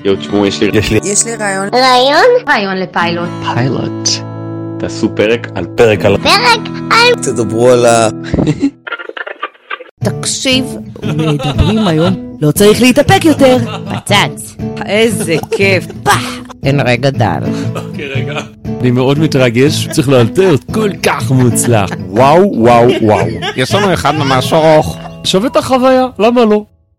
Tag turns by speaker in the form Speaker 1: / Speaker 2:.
Speaker 1: יואו, תשמעו, יש לי...
Speaker 2: יש לי
Speaker 3: יש לי רעיון.
Speaker 4: רעיון?
Speaker 5: רעיון לפיילוט.
Speaker 1: פיילוט. תעשו פרק על...
Speaker 2: פרק על...
Speaker 4: פרק?
Speaker 3: תדברו על ה...
Speaker 6: תקשיב, מדברים היום, לא צריך להתאפק יותר.
Speaker 5: פצץ.
Speaker 6: איזה כיף. פח! אין רגע דל.
Speaker 7: אני מאוד מתרגש, צריך לאלתר, כל כך מוצלח.
Speaker 2: וואו, וואו, וואו.
Speaker 7: יש לנו אחד ממש ארוך. שווה את החוויה, למה לא?